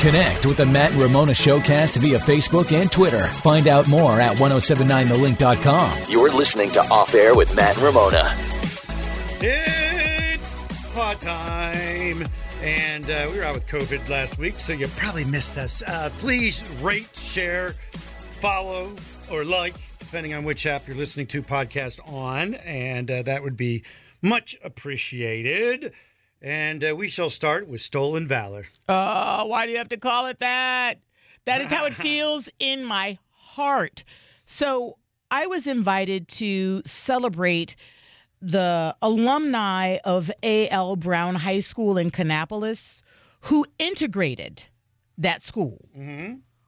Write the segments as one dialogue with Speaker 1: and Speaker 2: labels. Speaker 1: Connect with the Matt and Ramona Showcast via Facebook and Twitter. Find out more at 1079thelink.com.
Speaker 2: You're listening to Off Air with Matt and Ramona.
Speaker 3: It's pot time. And uh, we were out with COVID last week, so you probably missed us. Uh, please rate, share, follow, or like, depending on which app you're listening to podcast on. And uh, that would be much appreciated. And uh, we shall start with Stolen Valor.
Speaker 4: Oh, why do you have to call it that? That is how it feels in my heart. So I was invited to celebrate the alumni of A.L. Brown High School in Kannapolis who integrated that school.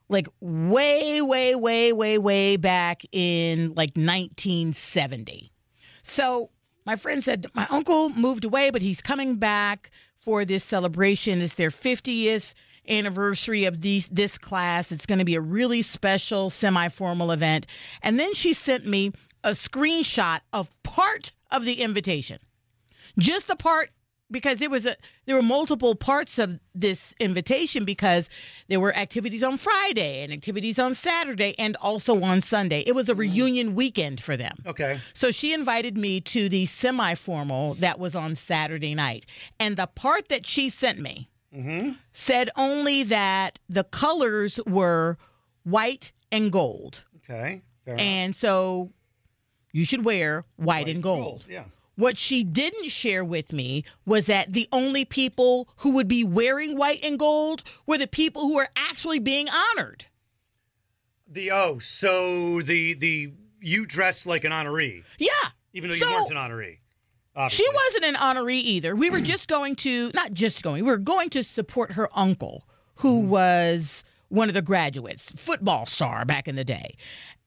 Speaker 4: Like way, way, way, way, way back in like 1970. So my friend said, My uncle moved away, but he's coming back for this celebration. It's their 50th anniversary of these this class. It's gonna be a really special semi-formal event. And then she sent me a screenshot of part of the invitation. Just the part because it was a there were multiple parts of this invitation because there were activities on Friday and activities on Saturday and also on Sunday. It was a reunion weekend for them.
Speaker 3: Okay.
Speaker 4: So she invited me to the semi formal that was on Saturday night. And the part that she sent me
Speaker 3: Mm-hmm.
Speaker 4: said only that the colors were white and gold.
Speaker 3: Okay. Fair enough.
Speaker 4: And so you should wear white, and gold.
Speaker 3: Yeah.
Speaker 4: What she didn't share with me was that the only people who would be wearing white and gold were the people who are actually being honored.
Speaker 3: The oh, so the the you dressed like an honoree,
Speaker 4: Yeah.
Speaker 3: even though
Speaker 4: So-
Speaker 3: you weren't an honoree.
Speaker 4: She
Speaker 3: Obviously.
Speaker 4: wasn't an honoree either. We were just going to, not just going, we were going to support her uncle, who
Speaker 3: Mm-hmm.
Speaker 4: was one of the graduates, football star back in the day.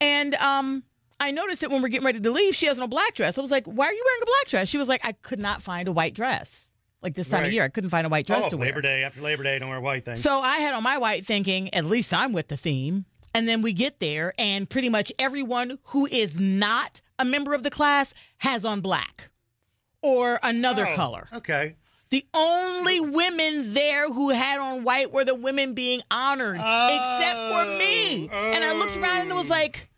Speaker 4: And um, I noticed that when we're getting ready to leave, she has on a black dress. I was like, why are you wearing a black dress? She was like, I could not find a white dress. Like this time
Speaker 3: Right.
Speaker 4: of year, I couldn't find a white dress
Speaker 3: Oh,
Speaker 4: to wear.
Speaker 3: Labor Day after Labor Day, don't wear white things.
Speaker 4: So I had on my white thinking, at least I'm with the theme. And then we get there, and pretty much everyone who is not a member of the class has on black or another
Speaker 3: Oh,
Speaker 4: color.
Speaker 3: Okay.
Speaker 4: The only women there who had on white were the women being honored, except for me. And I looked around and was like,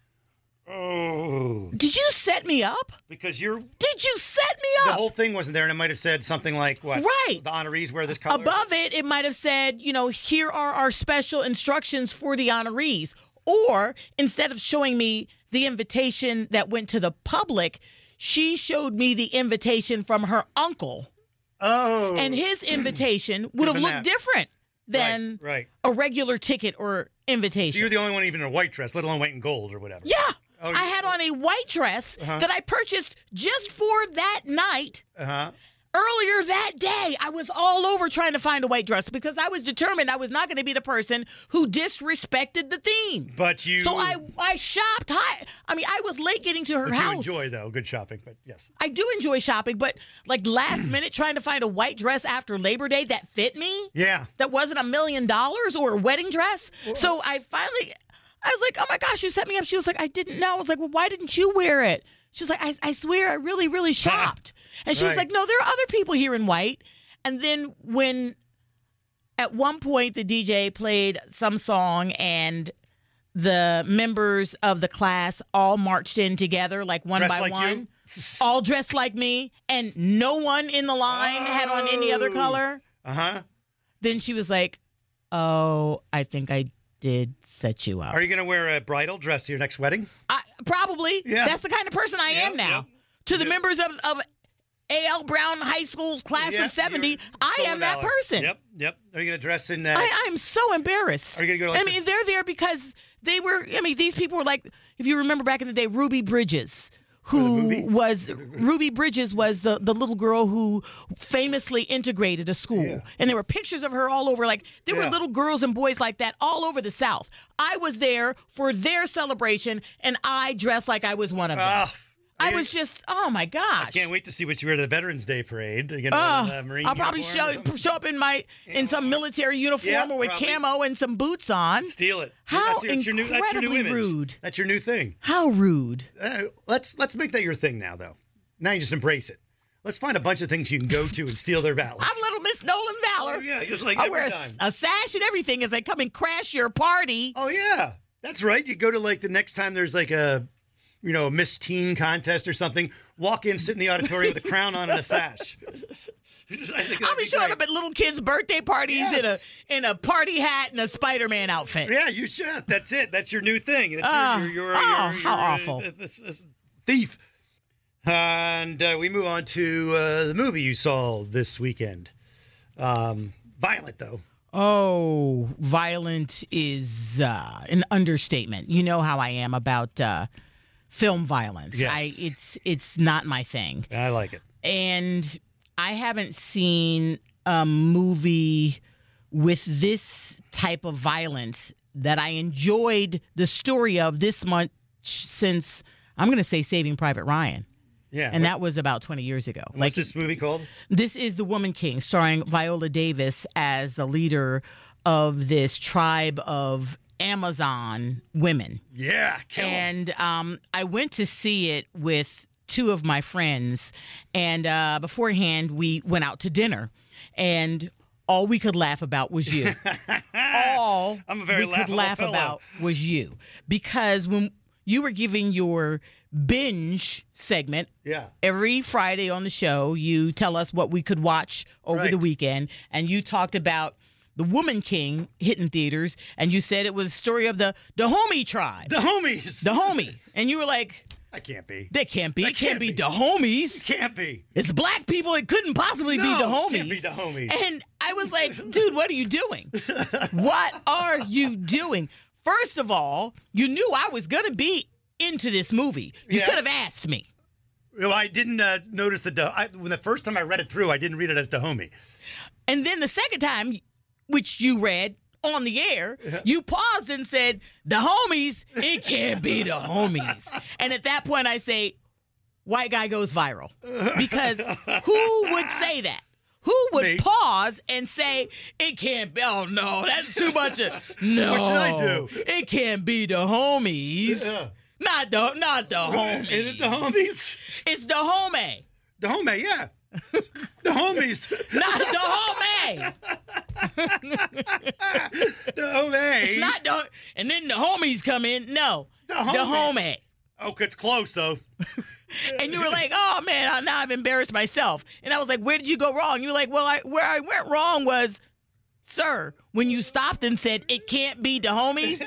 Speaker 3: Oh,
Speaker 4: Did you set me up?
Speaker 3: because you're
Speaker 4: Did you set me
Speaker 3: the
Speaker 4: up?
Speaker 3: whole thing wasn't there, and it might have said something like what?
Speaker 4: Right.
Speaker 3: The honorees wear this color.
Speaker 4: Above it, it might have said, you know, here are our special instructions for the honorees. Or instead of showing me the invitation that went to the public, she showed me the invitation from her uncle.
Speaker 3: Oh.
Speaker 4: And his invitation would have
Speaker 3: Even
Speaker 4: looked
Speaker 3: that.
Speaker 4: different than
Speaker 3: right.
Speaker 4: a regular ticket or
Speaker 3: So you're
Speaker 4: invitation.
Speaker 3: the only one even in a white dress, let alone white and gold or whatever.
Speaker 4: yeah.
Speaker 3: Oh, Uh-huh.
Speaker 4: I had on a white dress that I purchased just for that night
Speaker 3: Uh huh.
Speaker 4: earlier that day i was all over trying to find a white dress because i was determined i was not going to be the person who disrespected the theme
Speaker 3: But you.
Speaker 4: so i i shopped high i mean i was late getting to her
Speaker 3: But
Speaker 4: house
Speaker 3: you enjoy though good shopping, but yes.
Speaker 4: i do enjoy shopping but like last minute trying to find a white dress after labor day that fit me
Speaker 3: Yeah.
Speaker 4: that wasn't a million dollars or a wedding dress so i finally i was like oh my gosh you set me up she was like i didn't know i was like well why didn't you wear it she was like i, I swear i really really shopped and she was
Speaker 3: Right.
Speaker 4: like no there are other people here in white and then when at one point the dj played some song and the members of the class all marched in together like one
Speaker 3: Dressed
Speaker 4: by
Speaker 3: like
Speaker 4: one
Speaker 3: you?
Speaker 4: all dressed like me and no one in the line had on any other
Speaker 3: Oh.
Speaker 4: color
Speaker 3: Uh huh.
Speaker 4: then she was like, "Oh, I think I did set you up.
Speaker 3: Are you going to wear a bridal dress to your next wedding?
Speaker 4: I, probably.
Speaker 3: Yeah.
Speaker 4: That's the kind of person I am
Speaker 3: Yep,
Speaker 4: now.
Speaker 3: yep.
Speaker 4: To the members of of A.L. Brown High School's class
Speaker 3: Yeah,
Speaker 4: of '70,
Speaker 3: you're
Speaker 4: I
Speaker 3: stolen
Speaker 4: am that
Speaker 3: valor.
Speaker 4: person.
Speaker 3: Yep, yep. Are you going to dress in? Uh,
Speaker 4: I, I'm so embarrassed.
Speaker 3: Are you gonna go like
Speaker 4: I
Speaker 3: the-
Speaker 4: mean, they're there because they were. I mean, these people were like, if you remember back in the day, Ruby Bridges who was Ruby Bridges was the, the little girl who famously integrated a school. And there were pictures of her all over. Like there were
Speaker 3: Yeah.
Speaker 4: little girls and boys like that all over the South. I was there for their celebration and I dressed like I was one of them.
Speaker 3: Ah,
Speaker 4: I was just oh my gosh.
Speaker 3: Can't wait to see what you wear to the Veterans Day parade. You're gonna
Speaker 4: Oh,
Speaker 3: wear the Marine
Speaker 4: I'll probably
Speaker 3: uniform or
Speaker 4: show,
Speaker 3: something?
Speaker 4: show up in my in some military uniform
Speaker 3: Yeah,
Speaker 4: or with
Speaker 3: probably.
Speaker 4: camo and some boots on.
Speaker 3: Steal it.
Speaker 4: How
Speaker 3: that's, that's your new, that's your new
Speaker 4: incredibly
Speaker 3: image.
Speaker 4: rude.
Speaker 3: That's your new thing.
Speaker 4: How rude!
Speaker 3: Uh, let's let's make that your thing now, though. Now you just embrace it. Let's find a bunch of things you can go to and steal their valor.
Speaker 4: I'm little Miss Nolan Valor.
Speaker 3: Oh, yeah, just like
Speaker 4: I
Speaker 3: every
Speaker 4: wear a,
Speaker 3: time.
Speaker 4: a sash and everything as I come and crash your party.
Speaker 3: oh yeah, that's right. You go to like the next time there's like a, you know, a Miss Teen contest or something. Walk in, sit in the auditorium with a crown on and a sash. I think
Speaker 4: I'll
Speaker 3: that'd
Speaker 4: be showing
Speaker 3: great.
Speaker 4: up at little kids' birthday parties in a
Speaker 3: Yes.
Speaker 4: in a party hat and a Spider Man outfit.
Speaker 3: Yeah, you should. That's it. That's your new thing. That's
Speaker 4: Ah,
Speaker 3: your, your, your,
Speaker 4: oh,
Speaker 3: your-
Speaker 4: how
Speaker 3: your, uh,
Speaker 4: awful.
Speaker 3: th- this- this thief. And uh, we move on to uh, the movie you saw this weekend. Um, violent though.
Speaker 4: Oh, violent is uh, an understatement. You know how I am about uh, film violence.
Speaker 3: Yes.
Speaker 4: I, it's it's not my thing.
Speaker 3: I like it.
Speaker 4: and I haven't seen a movie with this type of violence that I enjoyed the story of this much since I'm going to say Saving Private Ryan.
Speaker 3: Yeah.
Speaker 4: And that was about 20 years ago.
Speaker 3: What's this movie called?
Speaker 4: This is The Woman King, starring Viola Davis as the leader of this tribe of Amazon women.
Speaker 3: Yeah, kill 'Em.
Speaker 4: And um, I went to see it with two of my friends. And uh, beforehand, we went out to dinner. And all we could laugh about was you. all
Speaker 3: I'm a very
Speaker 4: we could
Speaker 3: laughable
Speaker 4: laugh
Speaker 3: fellow.
Speaker 4: about was you. Because when you were giving your binge segment,
Speaker 3: Yeah.
Speaker 4: every Friday on the show, you tell us what we could watch over the
Speaker 3: Right.
Speaker 4: weekend, and you talked about the Woman King hitting theaters, and you said it was a story of the Dahomey tribe,
Speaker 3: The homies.
Speaker 4: the homie, and you were like,
Speaker 3: I can't be.
Speaker 4: "That can't be. It can't
Speaker 3: can't
Speaker 4: be
Speaker 3: be.
Speaker 4: Dahomies.
Speaker 3: Can't be.
Speaker 4: It's black people. It couldn't possibly be
Speaker 3: No,
Speaker 4: Dahomies."
Speaker 3: it can't be Dahomies.
Speaker 4: And I was like, "Dude, what are you doing? what are you doing?" First of all, you knew I was gonna be into this movie. You
Speaker 3: Yeah.
Speaker 4: could have asked me.
Speaker 3: Well, I didn't uh, notice the. Da- I, when the first time I read it through, I didn't read it as Dahomey.
Speaker 4: And then the second time, which you read on the air, you paused and said, The homies, it can't be the homies. And at that point, I say, White guy goes viral. Because who would say that? Who would
Speaker 3: Me.
Speaker 4: pause and say, It can't be, oh no, that's too much. Of, no.
Speaker 3: should I do?
Speaker 4: It can't be the homies. Not the, not the homies.
Speaker 3: Is it the homies?
Speaker 4: it's the homie,
Speaker 3: The homie, yeah. The homies.
Speaker 4: not the homie.
Speaker 3: The homie.
Speaker 4: not the and then the homies come in. No, the
Speaker 3: homie.
Speaker 4: homie.
Speaker 3: Oh, it's close though.
Speaker 4: And you were like, "Oh man, I- now I've embarrassed myself." And I was like, "Where did you go wrong?" You were like, "Well, I, where I went wrong was, sir, when you stopped and said it can't be the homies.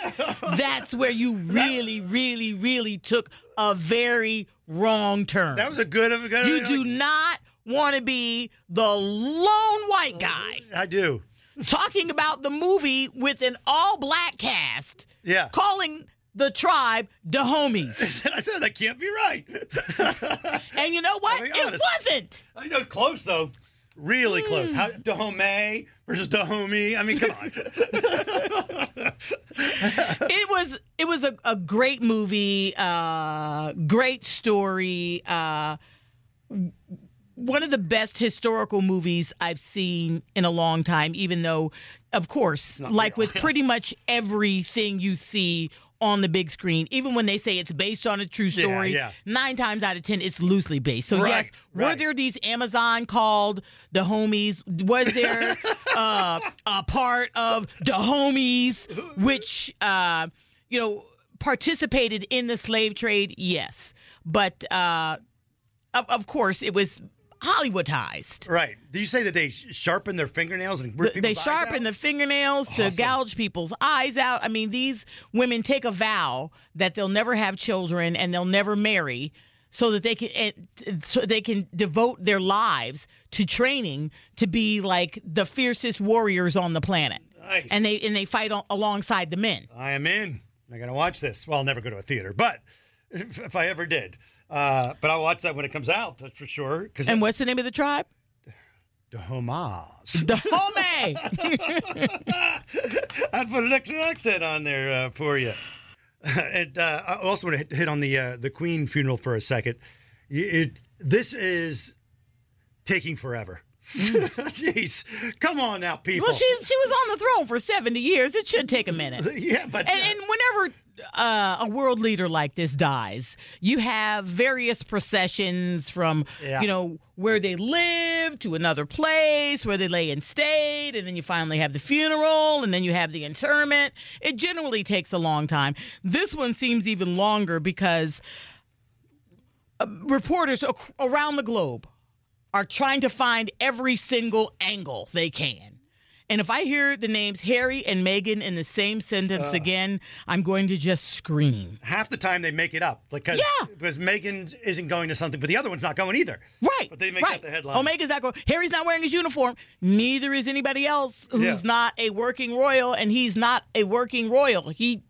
Speaker 4: that's where you really, really, really took a very wrong turn.
Speaker 3: That was a good of a good.
Speaker 4: you do not want to be the lone white guy
Speaker 3: I do.
Speaker 4: talking about the movie with an all-black cast."
Speaker 3: Yeah.
Speaker 4: calling the tribe the homies.
Speaker 3: I said that can't be right.
Speaker 4: And you know what?
Speaker 3: I'll be
Speaker 4: It
Speaker 3: honest.
Speaker 4: wasn't.
Speaker 3: I know close though. Really close.
Speaker 4: Hmm.
Speaker 3: How Dahomey versus Dahomey. I mean, come on.
Speaker 4: It was it was a, a great movie, uh, great story, uh, w- one of the best historical movies I've seen in a long time, even though of course, like with pretty much everything you see on the big screen, even when they say it's based on a true story,
Speaker 3: yeah.
Speaker 4: nine times out of ten it's loosely based. So yes,
Speaker 3: Right,
Speaker 4: were
Speaker 3: right.
Speaker 4: there these Amazon called the homies? Was there uh, a part of the homies which uh, you know participated in the slave trade? Yes, but uh, of, of course it was Hollywoodized.
Speaker 3: right. Did you say that they sh- sharpen their fingernails and rip
Speaker 4: Th- They
Speaker 3: people's eyes
Speaker 4: sharpen the
Speaker 3: out?
Speaker 4: fingernails to gouge people's eyes out. I mean, these women take a vow that they'll never have children and they'll never marry, so that they can and, so they can devote their lives to training to be like the fiercest warriors on the planet.
Speaker 3: Nice.
Speaker 4: And they and they fight al- alongside the men.
Speaker 3: I am in. I gotta watch this. Well, I'll never go to a theater, but if, if I ever did, Uh, but I'll watch that when it comes out, that's for sure. Because
Speaker 4: And what's the name of the tribe?
Speaker 3: the homage.
Speaker 4: Dahomey.
Speaker 3: I'd put an extra accent on there uh, for you. and uh, I also want to hit on the uh, the Queen funeral for a second. Y- It, this is taking forever. Jeez, come on now, people.
Speaker 4: well, she's she was on the throne for seventy years. It should take a minute.
Speaker 3: yeah, but
Speaker 4: And, and whenever uh, a world leader like this dies, you have various processions from
Speaker 3: Yeah.
Speaker 4: you know where they live to another place where they lay in state, and then you finally have the funeral, and then you have the interment. It generally takes a long time. This one seems even longer because uh, reporters ac- around the globe are trying to find every single angle they can. And if I hear the names Harry and Meghan in the same
Speaker 3: Uh.
Speaker 4: sentence again, I'm going to just scream.
Speaker 3: half the time they make it up because
Speaker 4: Yeah.
Speaker 3: because Megan isn't going to something, but the other one's not going either.
Speaker 4: Right.
Speaker 3: But they make
Speaker 4: right.
Speaker 3: up the headline.
Speaker 4: Omega's not going. Harry's not wearing his uniform. Neither is anybody else who's
Speaker 3: Yeah.
Speaker 4: not a working royal, and he's not a working royal. He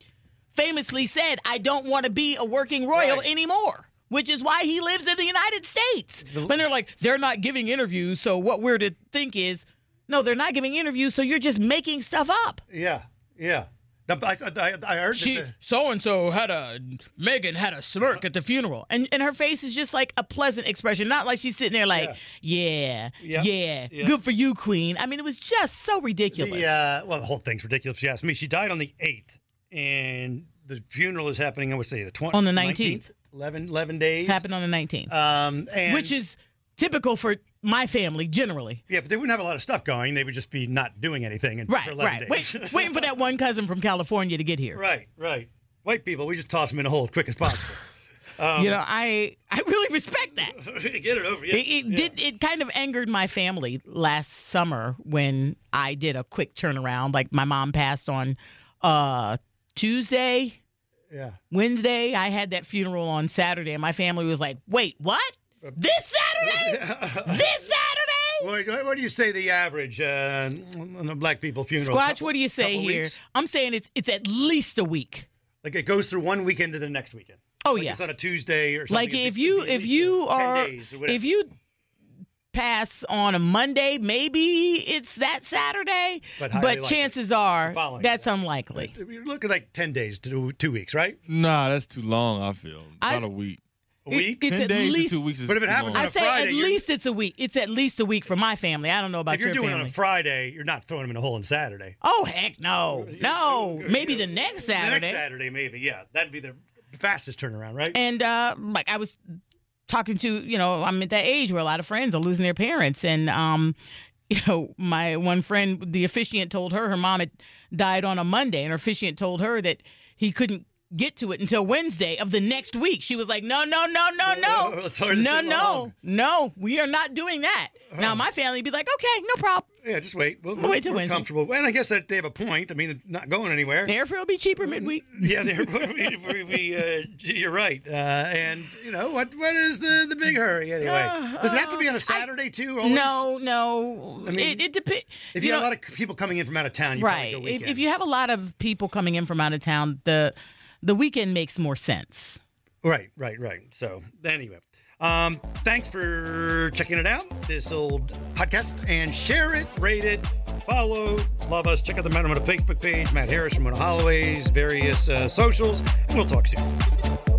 Speaker 4: famously said, I don't want to be a working royal
Speaker 3: Right.
Speaker 4: anymore. Which is why he lives in the United States. When they're like, they're not giving interviews, so what we're to think is, no, they're not giving interviews, so you're just making stuff up.
Speaker 3: Yeah. Yeah. No, but I, I, I heard
Speaker 4: she
Speaker 3: that the-
Speaker 4: so and so had a Megan had a smirk at the funeral, and and her face is just like a pleasant expression, not like she's sitting there like yeah yeah,
Speaker 3: Yeah. Yeah.
Speaker 4: good for you, Queen. I mean, it was just so ridiculous.
Speaker 3: The, uh, well, the whole thing's ridiculous. If you ask me, she died on the eighth, and the funeral is happening. I would say the twentieth
Speaker 4: On the 19th.
Speaker 3: 11, 11 days.
Speaker 4: happened on the nineteenth,
Speaker 3: Um, and,
Speaker 4: which is typical for my family generally.
Speaker 3: yeah, but they wouldn't have a lot of stuff going. They would just be not doing anything and,
Speaker 4: Right,
Speaker 3: for eleven
Speaker 4: right.
Speaker 3: days.
Speaker 4: Wait, waiting for that one cousin from California to get here.
Speaker 3: right, right. White people, we just toss them in a hole as quick as possible.
Speaker 4: you know, I I really respect that.
Speaker 3: Get it over. Yeah.
Speaker 4: It, it did. It kind of angered my family last summer when I did a quick turnaround. Like my mom passed on uh, Tuesday,
Speaker 3: yeah.
Speaker 4: Wednesday. I had that funeral on Saturday, and my family was like, "Wait, what? This Saturday? this Saturday?"
Speaker 3: What, what do you say the average uh, on a black people funeral?
Speaker 4: Squatch,
Speaker 3: Couple-
Speaker 4: what do you say
Speaker 3: couple
Speaker 4: here?
Speaker 3: weeks?
Speaker 4: I'm saying it's it's at least a week.
Speaker 3: Like it goes through one weekend to the next weekend.
Speaker 4: Oh
Speaker 3: Like
Speaker 4: yeah,
Speaker 3: it's on a Tuesday or something.
Speaker 4: like
Speaker 3: It'd
Speaker 4: if
Speaker 3: be-
Speaker 4: you
Speaker 3: it'd be at
Speaker 4: if
Speaker 3: least,
Speaker 4: you
Speaker 3: uh, 10
Speaker 4: are
Speaker 3: days or whatever.
Speaker 4: if you pass on a Monday, maybe it's that Saturday,
Speaker 3: But highly likely.
Speaker 4: chances are
Speaker 3: following
Speaker 4: that's unlikely.
Speaker 3: You're looking like 10 days to do- two weeks, right?
Speaker 5: Nah, that's too long. I feel
Speaker 4: I-
Speaker 5: about a week.
Speaker 3: A
Speaker 4: It-
Speaker 3: week?
Speaker 4: it's
Speaker 5: Ten
Speaker 4: at
Speaker 5: days to
Speaker 4: least.
Speaker 5: two weeks. Is
Speaker 3: But if it
Speaker 5: too
Speaker 3: happens
Speaker 5: long.
Speaker 3: on
Speaker 4: I
Speaker 3: a
Speaker 4: say at
Speaker 3: Friday, you're-
Speaker 4: least it's a week. It's at least a week for my family. I don't know about
Speaker 3: if you're
Speaker 4: your
Speaker 3: doing it
Speaker 4: family.
Speaker 3: on Friday, you're not throwing them in a hole on Saturday.
Speaker 4: oh heck no, no. Maybe the next
Speaker 3: The
Speaker 4: Saturday.
Speaker 3: next Saturday, maybe. Yeah. That'd be the fastest turnaround, right?
Speaker 4: And uh, like I was talking to, you know, I'm at that age where a lot of friends are losing their parents, and um, you know, my one friend, the officiant, told her her mom had died on a Monday, and her officiant told her that he couldn't get to it until Wednesday of the next week. She was like, "No, no, no, no, no,
Speaker 3: It's hard to
Speaker 4: no,
Speaker 3: sing
Speaker 4: no,
Speaker 3: along.
Speaker 4: no, we are not doing that." Now my family would be like, "Okay, no problem.
Speaker 3: yeah, just wait. We'll,
Speaker 4: We'll wait till
Speaker 3: we're
Speaker 4: Wednesday.
Speaker 3: comfortable. And I guess that they have a point. I mean, it's not going anywhere.
Speaker 4: The airfare will be cheaper midweek."
Speaker 3: yeah, they're, we, we, we, uh, you're right. Uh, and, you know, what what is the, the big hurry anyway? Does it have to be on a Saturday, too? Always?
Speaker 4: Uh, No, no.
Speaker 3: mean,
Speaker 4: it, it depends.
Speaker 3: If you, have a lot of people coming in from out of town, you probably
Speaker 4: right
Speaker 3: go
Speaker 4: if,
Speaker 3: weekend.
Speaker 4: if you have a lot of people coming in from out of town the the weekend makes more sense
Speaker 3: Right, right, right. So anyway, um, thanks for checking it out, this old podcast, and share it, rate it, follow, love us. Check out the Matt Ramona Facebook page, Matt Harris, Ramona Holloway's various uh, socials, and we'll talk soon.